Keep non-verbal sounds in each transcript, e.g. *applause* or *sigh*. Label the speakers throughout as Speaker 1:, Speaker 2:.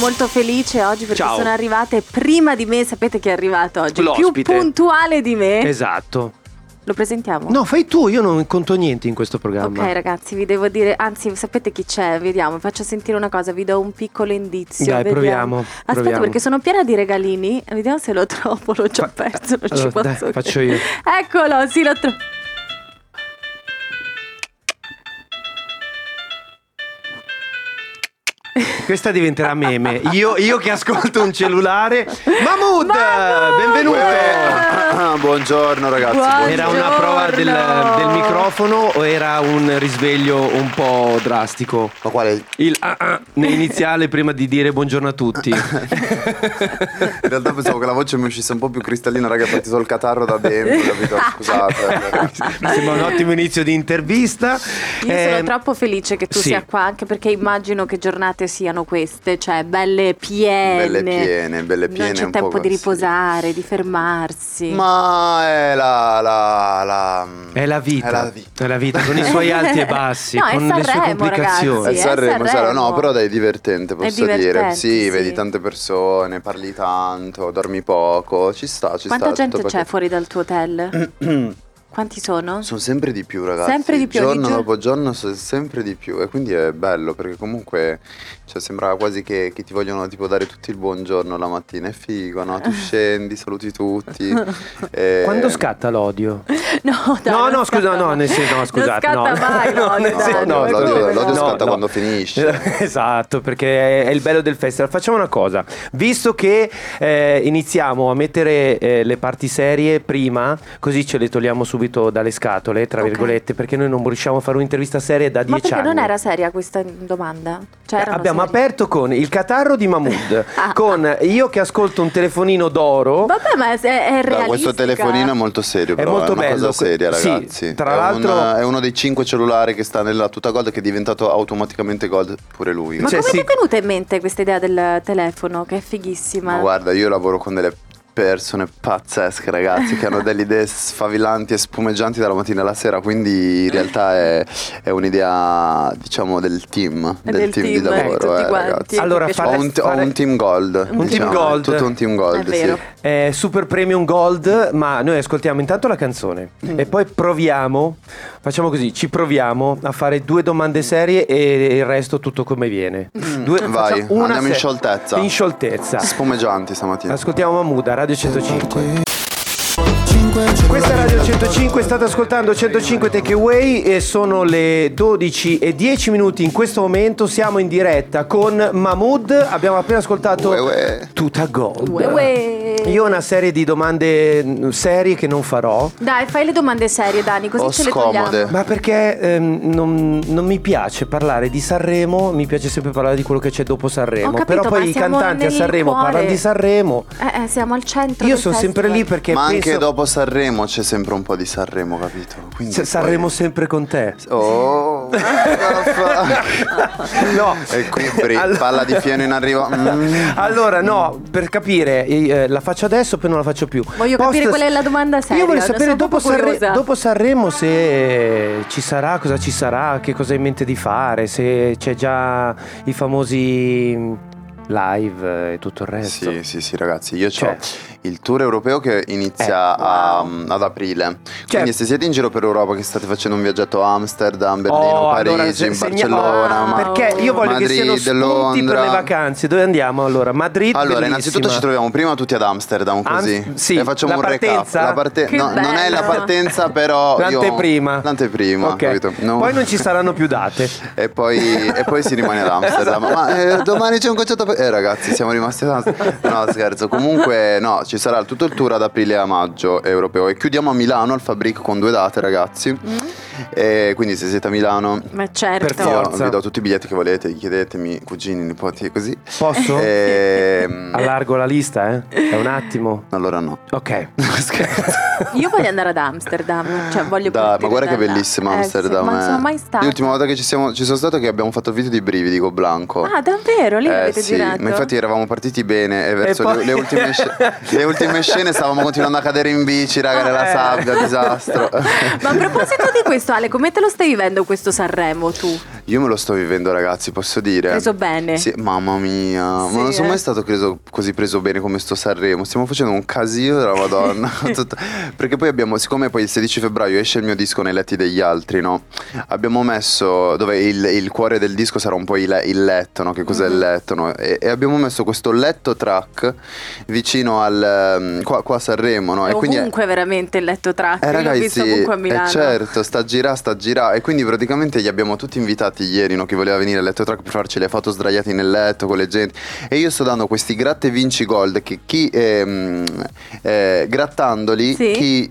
Speaker 1: molto felice oggi perché
Speaker 2: Ciao.
Speaker 1: sono arrivate prima di me. Sapete chi è arrivato oggi?
Speaker 2: L'ospite.
Speaker 1: Più puntuale di me.
Speaker 2: Esatto.
Speaker 1: Lo presentiamo?
Speaker 2: No, fai tu, io non conto niente in questo programma.
Speaker 1: Ok ragazzi, vi devo dire, anzi sapete chi c'è? Vediamo, vi faccio sentire una cosa, vi do un piccolo indizio.
Speaker 2: Dai,
Speaker 1: vediamo.
Speaker 2: proviamo.
Speaker 1: Aspetta
Speaker 2: proviamo.
Speaker 1: perché sono piena di regalini, vediamo se lo trovo, l'ho già
Speaker 2: Fa-
Speaker 1: perso, non ci
Speaker 2: Allora,
Speaker 1: posso
Speaker 2: dai,
Speaker 1: credere.
Speaker 2: faccio io.
Speaker 1: Eccolo, sì lo trovo.
Speaker 2: Questa diventerà meme. Io, io che ascolto un cellulare. Mahmood,
Speaker 1: Mahmood!
Speaker 2: benvenuto.
Speaker 1: Eh.
Speaker 3: Ah, Buongiorno ragazzi.
Speaker 1: Buongiorno.
Speaker 2: Era una prova del, del microfono o era un risveglio un po' drastico?
Speaker 3: Ma quale?
Speaker 2: Il ah ah iniziale prima di dire buongiorno
Speaker 1: *laughs*
Speaker 2: a tutti.
Speaker 3: In realtà pensavo che la voce mi uscisse un po' più cristallina, raga, è partito il catarro da dentro, capito? Scusate.
Speaker 2: Mi sembra un ottimo inizio di intervista.
Speaker 1: Io sono
Speaker 2: Ehm,
Speaker 1: troppo felice che tu
Speaker 2: sì.
Speaker 1: sia qua, anche perché immagino che giornate siano queste, cioè belle piene.
Speaker 3: Belle piene, belle piene,
Speaker 1: Non c'è
Speaker 3: un po'
Speaker 1: tempo di
Speaker 3: così.
Speaker 1: riposare, di fermarsi.
Speaker 3: Ma è la, la, la- mm,
Speaker 2: È la vita,
Speaker 3: È la vita.
Speaker 2: vita, con i
Speaker 1: *laughs*
Speaker 2: suoi alti e bassi,
Speaker 1: No, è
Speaker 2: con le sue
Speaker 1: Sanremo,
Speaker 2: complicazioni.
Speaker 1: ragazzi,
Speaker 3: È
Speaker 1: Sì, eh,
Speaker 3: Sanremo,
Speaker 1: Sanremo.
Speaker 3: no, però dai, è divertente, posso dire.
Speaker 1: divertente,
Speaker 3: Sì,
Speaker 1: sì.
Speaker 3: vedi tante persone, parli tanto, dormi poco, ci sta, ci
Speaker 1: Quanta
Speaker 3: sta.
Speaker 1: gente
Speaker 3: tutto
Speaker 1: c'è fuori dal tuo hotel?
Speaker 3: *clears throat* pacchetto.
Speaker 1: Quanti sono?
Speaker 3: Sono sempre di più, ragazzi.
Speaker 1: Sempre di più, ogni
Speaker 3: Giorno
Speaker 1: giorno.
Speaker 3: dopo giorno sono sempre di più. E quindi è bello perché comunque cioè, sembrava quasi che, che ti vogliono tipo dare tutti il buongiorno la mattina. È figo,
Speaker 1: *laughs*
Speaker 3: no? Tu scendi, saluti tutti. Eh, e-
Speaker 2: Quando scatta l'odio?
Speaker 1: *laughs* eh. *laughs* No, dai,
Speaker 2: no,
Speaker 1: non
Speaker 2: no,
Speaker 1: scatta
Speaker 2: scusa, no,
Speaker 1: mai.
Speaker 2: nel senso, no,
Speaker 1: Non
Speaker 2: scusate,
Speaker 1: scatta
Speaker 2: no.
Speaker 1: mai,
Speaker 2: No,
Speaker 1: l'odio,
Speaker 2: *laughs* nel
Speaker 1: dai,
Speaker 2: senso-
Speaker 3: no,
Speaker 1: come
Speaker 3: l'odio-
Speaker 1: come
Speaker 3: l'odio
Speaker 1: no?
Speaker 3: scatta quando finisce.
Speaker 2: *laughs* esatto, perché è il bello del festival. Facciamo una cosa, visto che eh, iniziamo a mettere eh, le parti serie prima, così ce le togliamo subito dalle scatole, tra
Speaker 1: Ok.
Speaker 2: virgolette, perché noi non riusciamo a fare un'intervista seria da
Speaker 1: Ma
Speaker 2: dieci
Speaker 1: perché
Speaker 2: anni.
Speaker 1: non era seria questa domanda? Cioè, erano
Speaker 2: Eh, Abbiamo
Speaker 1: serie.
Speaker 2: aperto con il catarro di Mahmood,
Speaker 1: *laughs* Ah.
Speaker 2: con io che ascolto un telefonino d'oro.
Speaker 1: Vabbè, ma è, è
Speaker 3: No,
Speaker 1: realistica.
Speaker 3: questo telefonino è molto serio,
Speaker 2: È
Speaker 3: però è,
Speaker 2: molto
Speaker 3: una
Speaker 2: bello,
Speaker 3: cosa seria,
Speaker 2: sì,
Speaker 3: ragazzi.
Speaker 2: tra
Speaker 3: è,
Speaker 2: l'altro-
Speaker 3: una- è uno dei cinque cellulari che sta nella tuta gold che è diventato automaticamente gold pure lui.
Speaker 1: Ma
Speaker 2: Cioè,
Speaker 1: come
Speaker 2: sì.
Speaker 1: ti è venuta in mente questa idea del telefono? Che è fighissima.
Speaker 3: Ma guarda, io lavoro con delle persone pazzesche, ragazzi,
Speaker 1: *laughs*
Speaker 3: che hanno delle idee sfavillanti e spumeggianti dalla mattina alla sera, quindi in realtà è, è un'idea, diciamo, del team,
Speaker 1: È
Speaker 3: del,
Speaker 1: del
Speaker 3: team, di
Speaker 1: team, eh,
Speaker 3: lavoro,
Speaker 1: tutti
Speaker 3: eh,
Speaker 1: quanti.
Speaker 3: ragazzi.
Speaker 2: Allora,
Speaker 1: Perché
Speaker 2: fare-
Speaker 3: Ho un, t- ho
Speaker 2: fare-
Speaker 3: un team gold,
Speaker 2: team
Speaker 3: diciamo,
Speaker 2: gold.
Speaker 3: tutto un team gold,
Speaker 1: È vero.
Speaker 3: sì.
Speaker 2: Eh, super premium gold, ma noi ascoltiamo intanto la canzone
Speaker 1: Mm.
Speaker 2: e poi proviamo, facciamo così, ci proviamo a fare due domande serie e il resto tutto come viene. Due,
Speaker 3: Mm. Vai,
Speaker 2: facciamo una
Speaker 3: andiamo in
Speaker 2: se-
Speaker 3: scioltezza.
Speaker 2: In scioltezza.
Speaker 3: Spumeggianti stamattina.
Speaker 2: Ascoltiamo Mamuda, Radio 105. Questa è Radio 105, state ascoltando 105 Takeaway e sono le 12 e 10 minuti in questo momento, siamo in diretta con Mahmood, abbiamo appena ascoltato
Speaker 3: Uè, uè.
Speaker 2: Tuta Gold.
Speaker 1: Uè, uè.
Speaker 2: Io ho una serie di domande mh, serie che non farò.
Speaker 1: Dai, fai le domande serie, Dani, così
Speaker 3: O
Speaker 1: ce le
Speaker 3: Oh, scomode.
Speaker 1: togliamo.
Speaker 2: Ma perché ehm, non, non mi piace parlare di Sanremo, mi piace sempre parlare di quello che c'è dopo Sanremo.
Speaker 1: Ho capito,
Speaker 2: Però
Speaker 1: ma
Speaker 2: poi i
Speaker 1: siamo
Speaker 2: cantanti a
Speaker 1: nel
Speaker 2: Sanremo
Speaker 1: cuore.
Speaker 2: parlano di Sanremo.
Speaker 1: Eh, eh, siamo al centro.
Speaker 2: Io
Speaker 1: del
Speaker 2: sono sempre
Speaker 1: festival.
Speaker 2: lì perché
Speaker 3: Ma anche
Speaker 2: penso-
Speaker 3: dopo Sanremo c'è sempre un po' di Sanremo, capito? Quindi
Speaker 2: S-
Speaker 3: poi-
Speaker 2: Sanremo sempre con
Speaker 3: *laughs*
Speaker 2: te.
Speaker 1: *laughs*
Speaker 3: Oh,
Speaker 2: No.
Speaker 3: E qui Bri,
Speaker 2: Allora-
Speaker 3: palla di fieno in arrivo. Mm.
Speaker 2: *laughs* Allora, no, per capire, eh, la faccio adesso oppure non la faccio più.
Speaker 1: Voglio capire qual è la domanda seria,
Speaker 2: Io voglio
Speaker 1: ne
Speaker 2: sapere
Speaker 1: sono
Speaker 2: dopo,
Speaker 1: proprio
Speaker 2: Sanre-
Speaker 1: curiosa.
Speaker 2: dopo Sanremo se ci sarà, cosa ci sarà, che cosa hai in mente di fare, se c'è già i famosi mm, live e tutto il resto.
Speaker 3: Sì, sì, sì, ragazzi. Io
Speaker 2: Cioè.
Speaker 3: ho il tour europeo che inizia
Speaker 1: Eh,
Speaker 3: a- mm,
Speaker 1: wow.
Speaker 3: ad aprile.
Speaker 2: Cioè,
Speaker 3: Quindi, se siete in giro per Europa, che state facendo un viaggetto a Amsterdam, Berlino,
Speaker 2: Oh,
Speaker 3: Parigi,
Speaker 2: allora, se- segna-
Speaker 3: Barcellona,
Speaker 1: Ah,
Speaker 3: ma-
Speaker 2: Perché io voglio che
Speaker 3: Madrid,
Speaker 2: siano spunti
Speaker 3: Londra.
Speaker 2: per le vacanze. Dove andiamo allora? Madrid.
Speaker 3: Allora,
Speaker 2: bellissima.
Speaker 3: innanzitutto ci troviamo prima tutti ad Amsterdam, così.
Speaker 2: Am- sì,
Speaker 3: e facciamo
Speaker 2: la
Speaker 3: un recap.
Speaker 2: partenza?
Speaker 3: La parte-
Speaker 1: Che
Speaker 3: no, non è la
Speaker 1: bello.
Speaker 3: partenza, però.
Speaker 2: *laughs*
Speaker 3: io-
Speaker 2: L'anteprima.
Speaker 3: L'anteprima,
Speaker 2: Ok.
Speaker 3: capito? No.
Speaker 2: Poi non ci saranno più date.
Speaker 3: E poi, e poi si rimane ad Amsterdam.
Speaker 1: Esatto.
Speaker 3: Ma eh, domani c'è un concerto. per- Eh, ragazzi, siamo rimasti ad Amsterdam. No, scherzo. Comunque, no, ci sarà tutto il tour ad aprile e a maggio europeo. E chiudiamo a Milano al Fabric con due date, ragazzi.
Speaker 1: Mm.
Speaker 3: E quindi, se siete a Milano,
Speaker 1: Ma certo.
Speaker 2: Per
Speaker 3: io
Speaker 2: forza.
Speaker 3: vi do tutti i biglietti che volete. Chiedetemi, cugini, nipoti e così.
Speaker 2: Posso?
Speaker 3: Ehm,
Speaker 2: Allargo la lista,
Speaker 3: *laughs*
Speaker 2: eh? È un attimo.
Speaker 3: Allora, no.
Speaker 2: Ok.
Speaker 3: Scherzo.
Speaker 1: Io voglio andare ad Amsterdam, cioè voglio
Speaker 3: Da-
Speaker 1: partire
Speaker 3: ma guarda che
Speaker 1: da là.
Speaker 3: bellissima
Speaker 1: Eh, sì,
Speaker 3: Amsterdam.
Speaker 1: ma non
Speaker 3: eh.
Speaker 1: sono mai stata.
Speaker 3: L'ultima volta che ci, siamo, ci sono stato è che abbiamo fatto il video di Brividi con Blanco.
Speaker 1: Ah, davvero? Lì
Speaker 3: Eh,
Speaker 1: avete
Speaker 3: sì,
Speaker 1: girato?
Speaker 3: ma infatti eravamo partiti bene e verso
Speaker 2: poi-
Speaker 3: le, le ultime sc- le ultime scene stavamo continuando a cadere in bici, raga, nella
Speaker 2: Eh.
Speaker 1: *laughs*
Speaker 3: sabbia, disastro.
Speaker 1: Ma a proposito di questo, Ale, come te lo stai vivendo questo Sanremo tu?
Speaker 3: Io me lo sto vivendo, ragazzi, posso dire.
Speaker 1: Preso bene.
Speaker 3: Sì, mamma mia.
Speaker 1: Sì,
Speaker 3: Ma non sono
Speaker 1: eh.
Speaker 3: mai stato preso- così preso bene come sto Sanremo. Stiamo facendo un casino
Speaker 1: *laughs*
Speaker 3: della Madonna. Tutto- Perché poi abbiamo, siccome poi il 16 febbraio esce il mio disco nei letti degli altri, no? Abbiamo messo, dove il, il cuore del disco sarà un po' il, il letto, no? Che cos'è
Speaker 1: Mm-hmm.
Speaker 3: il letto, no? E, e abbiamo messo questo letto track vicino al... ehm, qua, qua a Sanremo, no? E quindi è-
Speaker 1: ovunque veramente il letto tratti,
Speaker 3: eh,
Speaker 1: l'ho
Speaker 3: ragazzi,
Speaker 1: visto ovunque a Milano.
Speaker 3: eh, certo, sta a girà, sta a girà. E quindi praticamente gli abbiamo tutti invitati ieri, no? Chi voleva venire a letto track per farci le foto sdraiati nel letto con le gente. E io sto dando questi gratte vinci gold che chi ehm, eh, grattandoli,
Speaker 1: Sì.
Speaker 3: chi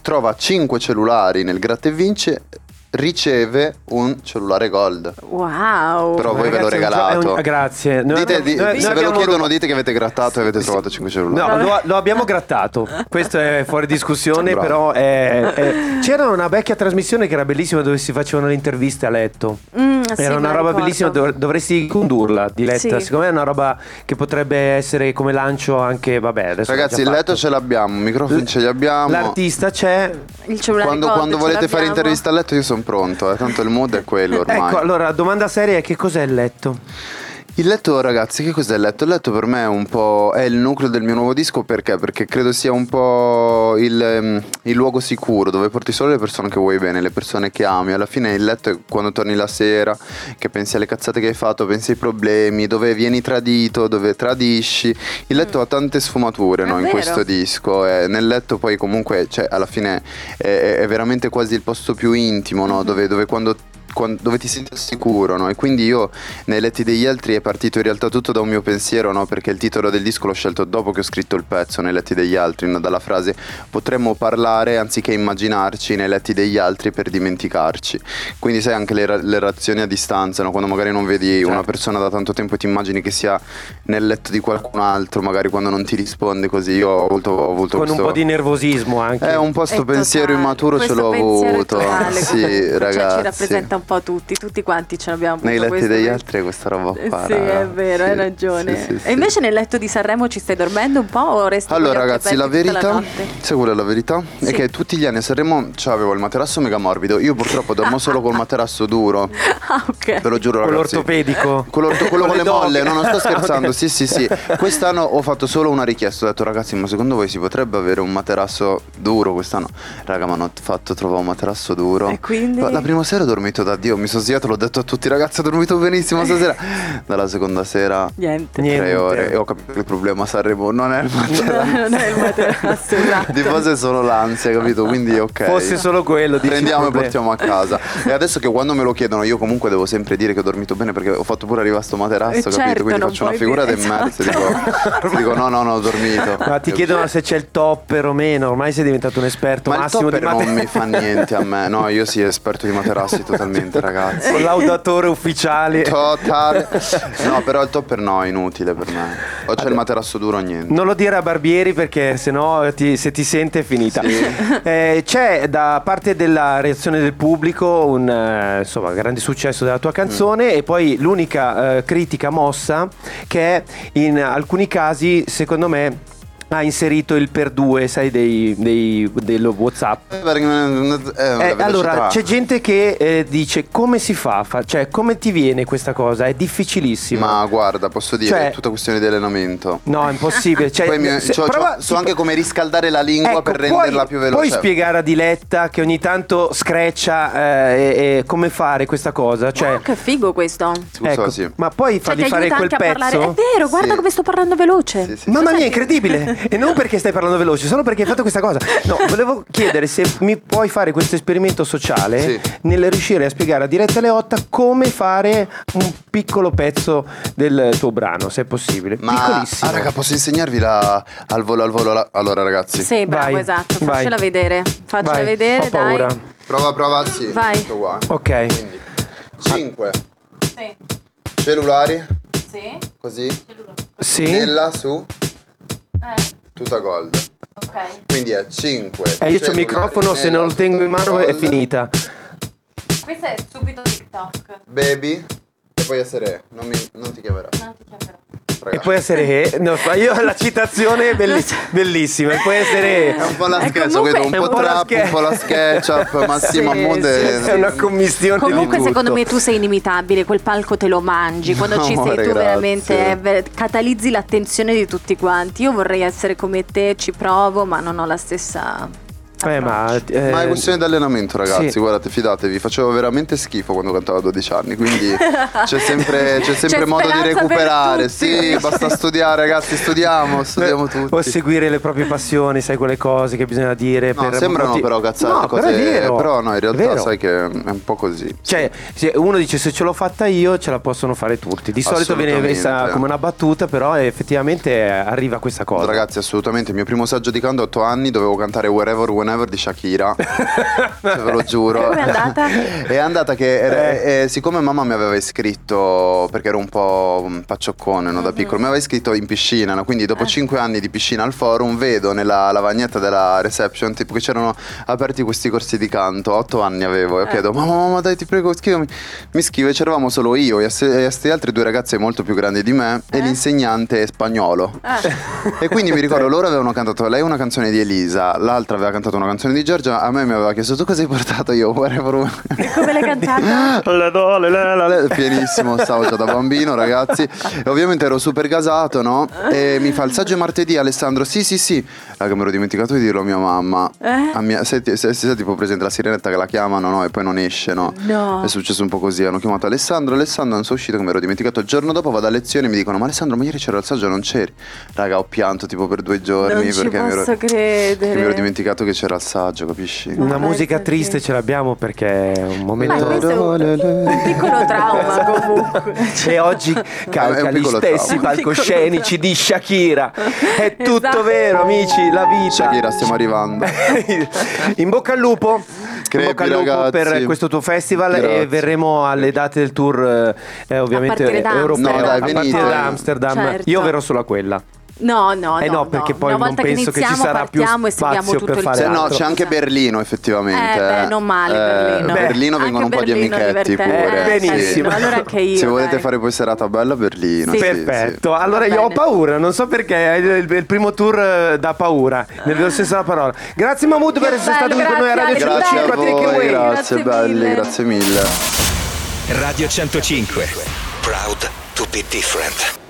Speaker 3: trova 5 cellulari nel gratte vince riceve un cellulare gold.
Speaker 1: Wow.
Speaker 3: Però voi ve l'ho
Speaker 2: Oh, Ragazzi, è un gio- è un-
Speaker 3: regalato.
Speaker 2: Ah, grazie. Noi
Speaker 3: Dite-
Speaker 2: abbiamo-
Speaker 3: di-
Speaker 2: noi- noi
Speaker 3: se ve lo
Speaker 2: abbiamo-
Speaker 3: chiedono, dite che avete grattato e avete trovato 5 cellulari.
Speaker 2: No, lo, lo abbiamo grattato. Questo è fuori discussione,
Speaker 3: Bravo.
Speaker 2: però è- è- c'era una vecchia trasmissione che era bellissima dove si facevano le interviste a letto.
Speaker 1: Mm, sì,
Speaker 2: Era
Speaker 1: me
Speaker 2: una
Speaker 1: la
Speaker 2: roba
Speaker 1: ricordo.
Speaker 2: bellissima, dov- dovresti condurla di letta.
Speaker 1: Sì.
Speaker 2: Secondo me è una roba che potrebbe essere come lancio anche, vabbè, adesso
Speaker 3: Ragazzi, il letto ce l'abbiamo, i microfoni ce li abbiamo.
Speaker 2: L'artista c'è.
Speaker 1: Il cellulare
Speaker 3: Quando,
Speaker 1: gold
Speaker 3: quando
Speaker 1: ce
Speaker 3: volete fare
Speaker 1: l'abbiamo.
Speaker 3: intervista a letto io sono pronto, eh, tanto il mood è
Speaker 2: *laughs*
Speaker 3: quello ormai.
Speaker 2: Ecco, allora, domanda seria è che cos'è il letto?
Speaker 3: Il letto ragazzi, che cos'è il letto? Il letto per me è un po'... è il nucleo del mio nuovo disco perché? Perché credo sia un po' il, ehm, il luogo sicuro dove porti solo le persone che vuoi bene, le persone che ami. Alla fine il letto è quando torni la sera, che pensi alle cazzate che hai fatto, pensi ai problemi, dove vieni tradito, dove tradisci. Il letto ha tante sfumature
Speaker 1: Mm. È
Speaker 3: no, in
Speaker 1: vero.
Speaker 3: questo disco. eh, nel letto poi comunque, cioè, alla fine è, è- è veramente quasi il posto più intimo,
Speaker 1: Mm-hmm.
Speaker 3: no? dove, dove quando... quan- dove ti senti al sicuro, no? E quindi io nei letti degli altri è partito in realtà tutto da un mio pensiero, no? Perché il titolo del disco l'ho scelto dopo che ho scritto il pezzo nei letti degli altri, no? dalla frase potremmo parlare anziché immaginarci nei letti degli altri per dimenticarci. Quindi sai anche le, ra- le relazioni a distanza, no? quando magari non vedi una
Speaker 2: Certo.
Speaker 3: persona da tanto tempo e ti immagini che sia nel letto di qualcun altro, magari quando non ti risponde così, io ho avuto, ho avuto
Speaker 2: Con
Speaker 3: questo...
Speaker 2: un po' di nervosismo anche.
Speaker 3: Eh, un po' sto
Speaker 1: È
Speaker 3: pensiero
Speaker 1: totale.
Speaker 3: immaturo ce
Speaker 1: Questo
Speaker 3: l'ho
Speaker 1: pensiero è
Speaker 3: avuto.
Speaker 1: totale, comunque,
Speaker 3: sì,
Speaker 1: cioè,
Speaker 3: ragazzi.
Speaker 1: ci rappresenta un po' tutti, tutti quanti ce l'abbiamo avuto
Speaker 3: Nei letti
Speaker 1: questo. Eh,
Speaker 3: degli altri è questa roba qua.
Speaker 1: Sì,
Speaker 3: raga.
Speaker 1: è vero, hai
Speaker 3: eh. Sì,
Speaker 1: ragione.
Speaker 3: sì, sì, sì.
Speaker 1: e invece nel letto di Sanremo ci stai dormendo un po' o resti con gli
Speaker 3: Allora
Speaker 1: occhi
Speaker 3: ragazzi, la
Speaker 1: aperti tutta
Speaker 3: verità,
Speaker 1: notte? *laughs*
Speaker 3: sai qual è la verità?
Speaker 1: Sì.
Speaker 3: È che tutti gli anni a Sanremo cioè, avevo il materasso mega morbido, io
Speaker 1: *laughs*
Speaker 3: purtroppo dormo solo col materasso duro,
Speaker 1: Ah, ok.
Speaker 3: ve lo giuro
Speaker 2: con
Speaker 3: ragazzi.
Speaker 2: l'ortopedico. *laughs*
Speaker 3: Quello, quello con, le
Speaker 2: doghe.
Speaker 3: molle, no, non
Speaker 2: *laughs*
Speaker 3: sto scherzando, sì sì sì. Quest'anno ho fatto solo una richiesta, ho detto ragazzi ma secondo voi si potrebbe avere un materasso duro quest'anno? Raga ma hanno fatto trovare un materasso duro.
Speaker 1: E quindi?
Speaker 3: La prima sera ho dormito da Dio, mi sono svegliato, l'ho detto a tutti ragazzi ho dormito benissimo stasera. Dalla seconda sera... *laughs*
Speaker 1: Niente. *laughs*
Speaker 2: Niente.
Speaker 3: Tre ore e ho capito che il problema a Sanremo non è il materasso.
Speaker 1: non è il materasso, esatto.
Speaker 3: *laughs* Di base è solo l'ansia, capito? Quindi ok.
Speaker 2: Fosse solo quello, dici,
Speaker 3: Prendiamo e
Speaker 2: vabbè.
Speaker 3: portiamo a casa. E adesso che quando me lo chiedono, io comunque devo sempre dire che ho dormito bene perché ho fatto pure arrivare sto materasso,
Speaker 1: Eh,
Speaker 3: capito?
Speaker 1: certo,
Speaker 3: Quindi
Speaker 1: non
Speaker 3: faccio una
Speaker 1: puoi
Speaker 3: figura
Speaker 1: dire- esatto.
Speaker 3: del merda.
Speaker 1: *laughs*
Speaker 3: Dico, dico no, no, no, ho dormito.
Speaker 2: Ma Ah, ti chiedono se c'è il topper o meno, ormai sei diventato un esperto
Speaker 3: Ma il
Speaker 2: massimo
Speaker 3: topper
Speaker 2: di
Speaker 3: non mi
Speaker 2: materasso.
Speaker 3: fa niente *laughs* a me. No, io sì, esperto di
Speaker 2: *laughs*
Speaker 3: materassi totalmente, ragazzi.
Speaker 2: Collaudatore ufficiale. *laughs*
Speaker 3: Totale. No, però il topper no, è inutile per me. O c'è il materasso duro o niente.
Speaker 2: Non lo dire a Barbieri perché sennò ti, se ti sente è finita. *laughs* Eh, c'è da parte della reazione del pubblico un eh, insomma, grande successo della tua canzone
Speaker 3: Mm.
Speaker 2: e poi l'unica eh, critica mossa che è, in alcuni casi secondo me ha inserito il per due, sai, dei, dei, dello Whatsapp.
Speaker 3: Eh, perché- eh, la
Speaker 2: Eh,
Speaker 3: velocità.
Speaker 2: allora, c'è gente che eh, dice come si fa, Fa- cioè come ti viene questa cosa, è difficilissimo.
Speaker 3: Ma guarda, posso dire,
Speaker 2: Cioè-
Speaker 3: è tutta questione di allenamento.
Speaker 2: No, è
Speaker 3: *laughs*
Speaker 2: impossibile. Cioè,
Speaker 3: Poi mi-
Speaker 2: se-
Speaker 3: c'ho-
Speaker 2: prova-
Speaker 3: c'ho- so
Speaker 2: tipo-
Speaker 3: anche come riscaldare la lingua
Speaker 2: Ecco,
Speaker 3: per
Speaker 2: puoi-
Speaker 3: renderla più veloce.
Speaker 2: Puoi spiegare a Diletta che ogni tanto screccia eh, e- e come fare questa cosa? Cioè,
Speaker 3: *laughs*
Speaker 1: Ah, che figo questo.
Speaker 3: Sì,
Speaker 2: ecco,
Speaker 3: so, sì.
Speaker 2: Ma poi
Speaker 1: Cioè, ti
Speaker 2: fargli
Speaker 1: aiuta
Speaker 2: fare
Speaker 1: anche
Speaker 2: quel
Speaker 1: a parlare. È
Speaker 2: pezzo.
Speaker 1: vero, guarda
Speaker 3: Sì.
Speaker 1: come sto parlando veloce.
Speaker 3: Sì, sì.
Speaker 2: Mamma mia, è
Speaker 1: *laughs*
Speaker 2: incredibile! E non perché stai parlando veloce, solo perché hai fatto questa cosa. No, volevo chiedere se mi puoi fare questo esperimento sociale
Speaker 3: Sì.
Speaker 2: nel riuscire a spiegare a diretta Leotta come fare un piccolo pezzo del tuo brano, se è possibile.
Speaker 3: Ma
Speaker 2: Piccolissimo.
Speaker 3: ah, raga, posso insegnarvi la- al volo al volo la- Allora, ragazzi.
Speaker 1: Sì, bravo,
Speaker 2: Vai,
Speaker 1: esatto.
Speaker 2: vai.
Speaker 1: Faccela vedere. Faccela
Speaker 2: Vai,
Speaker 1: vedere,
Speaker 2: ho paura.
Speaker 1: dai.
Speaker 3: Prova, prova, sì.
Speaker 1: Vai.
Speaker 3: tutto qua.
Speaker 2: Ok.
Speaker 3: Quindi 5
Speaker 1: Sì,
Speaker 3: cellulari
Speaker 1: sì,
Speaker 3: così
Speaker 2: Sì.
Speaker 3: nella su tutta gold.
Speaker 1: Eh, ok.
Speaker 3: Quindi è 5.
Speaker 2: Eh, io ho il microfono, se non lo tengo in mano è finita.
Speaker 1: Questo è subito TikTok.
Speaker 3: Baby e poi essere non, mi- non ti chiamerò.
Speaker 1: Non ti chiamerò.
Speaker 2: E
Speaker 3: ragazzi.
Speaker 2: può essere. eh, No, ma io la citazione è belli- bellissima. E può essere.
Speaker 3: È un po' la
Speaker 1: Eh,
Speaker 3: sketch,
Speaker 1: comunque-
Speaker 3: vedo un po' trap, un po' la
Speaker 2: *laughs*
Speaker 3: sketchup, Massimo
Speaker 1: Sì,
Speaker 3: Monde.
Speaker 2: È una commissione
Speaker 1: Comunque,
Speaker 2: di tutto.
Speaker 1: secondo me tu sei inimitabile, quel palco te lo mangi. Quando
Speaker 3: No,
Speaker 1: ci sei
Speaker 3: amore,
Speaker 1: tu,
Speaker 3: grazie.
Speaker 1: veramente eh, ver- catalizzi l'attenzione di tutti quanti. Io vorrei essere come te, ci provo, ma non ho la stessa.
Speaker 2: Eh, *laughs* ma, eh,
Speaker 3: Ma è questione di allenamento, ragazzi.
Speaker 2: sì.
Speaker 3: Guardate, fidatevi, facevo veramente schifo quando cantavo a 12 anni. Quindi
Speaker 2: *laughs*
Speaker 3: c'è sempre, c'è sempre
Speaker 1: C'è
Speaker 3: modo di
Speaker 1: speranza per
Speaker 3: recuperare.
Speaker 1: tutti.
Speaker 3: Sì, basta studiare, ragazzi. Studiamo, studiamo tutti.
Speaker 2: Eh, O seguire le proprie passioni, sai quelle cose che bisogna dire.
Speaker 3: No,
Speaker 2: per
Speaker 3: sembrano
Speaker 2: motivi-
Speaker 3: però cazzate
Speaker 2: No,
Speaker 3: cose.
Speaker 2: Però, è vero.
Speaker 3: però no, in
Speaker 2: È
Speaker 3: realtà
Speaker 2: vero.
Speaker 3: sai che è un po' così.
Speaker 2: Cioè, se uno dice se ce l'ho fatta io, ce la possono fare tutti. Di solito viene
Speaker 3: Assolutamente.
Speaker 2: messa come una battuta, però effettivamente eh, arriva questa cosa.
Speaker 3: Ragazzi, assolutamente. Il mio primo saggio di canto a 8 anni dovevo cantare Wherever, Whenever
Speaker 2: *laughs*
Speaker 3: di Shakira. Cioè, *laughs* ve lo giuro.
Speaker 1: Come è andata?
Speaker 3: è andata che, era- eh, siccome mamma mi aveva iscritto, perché ero un po' un paccioccone
Speaker 1: Mm-hmm.
Speaker 3: no, da piccolo, mi aveva iscritto in piscina. no? Quindi,
Speaker 1: Eh.
Speaker 3: dopo 5 anni di piscina al forum, vedo nella lavagnetta della reception tipo che c'erano aperti questi corsi di canto. A 8 anni avevo. E
Speaker 1: Eh.
Speaker 3: ho chiesto, mamma, mamma, dai, ti prego, scrivimi. Mi scrive, c'eravamo solo io e questi altri due ragazze molto più grandi di me e
Speaker 1: Eh?
Speaker 3: l'insegnante spagnolo.
Speaker 1: Ah,
Speaker 3: E quindi mi ricordo loro avevano cantato lei una canzone di Elisa, l'altra aveva cantato una canzone di Giorgia, a me mi aveva chiesto tu cosa hai portato io? Wherever Whenever".
Speaker 1: e come l'hai
Speaker 2: *laughs*
Speaker 1: cantata?
Speaker 2: Le dole, le- le- le-
Speaker 3: Pienissimo,
Speaker 1: *laughs*
Speaker 3: stavo già da bambino ragazzi E ovviamente ero super gasato, no? E mi fa il saggio è martedì Alessandro Sì sì sì Raga me l'ho dimenticato di dirlo a mia mamma
Speaker 1: Eh?
Speaker 3: a mia, se, se- se- se tipo presente la sirenetta che la chiamano no? E poi non esce no?
Speaker 1: No.
Speaker 3: È successo un po' così Hanno chiamato Alessandro Alessandro non sono uscito che me l'ero dimenticato Il giorno dopo vado a lezione e mi dicono Ma Alessandro ma ieri c'era il saggio e non c'eri Raga ho pianto tipo per due giorni
Speaker 1: Non ci
Speaker 3: Perché mi ero,
Speaker 1: posso
Speaker 3: che mi ero
Speaker 1: credere.
Speaker 3: dimenticato che c'era il saggio capisci?
Speaker 2: Una musica
Speaker 1: Pensa te.
Speaker 2: triste ce l'abbiamo perché è un
Speaker 1: Ma
Speaker 2: momento.
Speaker 1: questo è un, un piccolo
Speaker 2: *laughs*
Speaker 1: trauma comunque.
Speaker 2: E
Speaker 1: *laughs*
Speaker 2: oggi calca
Speaker 3: Ah, un
Speaker 2: gli
Speaker 3: piccolo
Speaker 2: stessi
Speaker 3: trauma.
Speaker 2: palcoscenici di Shakira. È tutto
Speaker 1: Esatto.
Speaker 2: vero, amici, la vita.
Speaker 3: Shakira stiamo arrivando
Speaker 2: In bocca al lupo.
Speaker 3: Crepi,
Speaker 2: in bocca al lupo
Speaker 3: ragazzi.
Speaker 2: per questo tuo festival
Speaker 3: Grazie.
Speaker 2: e verremo alle date del tour eh, eh, ovviamente
Speaker 1: partire da
Speaker 2: europeo,
Speaker 1: Amsterdam.
Speaker 3: No, dai,
Speaker 2: a partire
Speaker 3: venite.
Speaker 2: da Amsterdam.
Speaker 1: Certo.
Speaker 2: Io verrò solo a quella.
Speaker 1: No, no,
Speaker 2: Eh no, perché poi
Speaker 1: Una
Speaker 2: non
Speaker 1: volta
Speaker 2: penso che ci
Speaker 1: iniziamo,
Speaker 2: sarà più
Speaker 1: partiamo e seguiamo
Speaker 2: spazio
Speaker 1: tutto
Speaker 2: per
Speaker 1: il Esatto.
Speaker 2: fare
Speaker 3: Se
Speaker 1: giro.
Speaker 2: altro.
Speaker 3: no, c'è anche Berlino, effettivamente.
Speaker 1: Eh, beh, non male Berlino.
Speaker 2: Beh,
Speaker 3: Berlino vengono un po'
Speaker 1: anche
Speaker 3: di
Speaker 1: Berlino
Speaker 3: amichetti
Speaker 1: divertente.
Speaker 3: pure.
Speaker 2: Eh, benissimo.
Speaker 1: sì. Allora anche io,
Speaker 3: Se volete
Speaker 1: dai.
Speaker 3: fare poi serata bella a Berlino.
Speaker 1: Sì.
Speaker 3: sì,
Speaker 2: Perfetto, allora
Speaker 1: Va
Speaker 2: io ho
Speaker 1: bene.
Speaker 2: paura, non so perché è il, il primo tour eh, da paura, nel vero senso della parola. Grazie Mahmood per
Speaker 1: Che
Speaker 2: essere
Speaker 1: bello,
Speaker 2: stato qui con noi a Radio
Speaker 3: sì.
Speaker 1: Dai,
Speaker 3: Grazie
Speaker 1: dai,
Speaker 3: a
Speaker 1: dai,
Speaker 2: 105 Take
Speaker 3: voi,
Speaker 2: Away.
Speaker 1: Grazie
Speaker 3: grazie belli,
Speaker 1: mille.
Speaker 3: grazie mille.
Speaker 4: Radio 105. Proud to be different.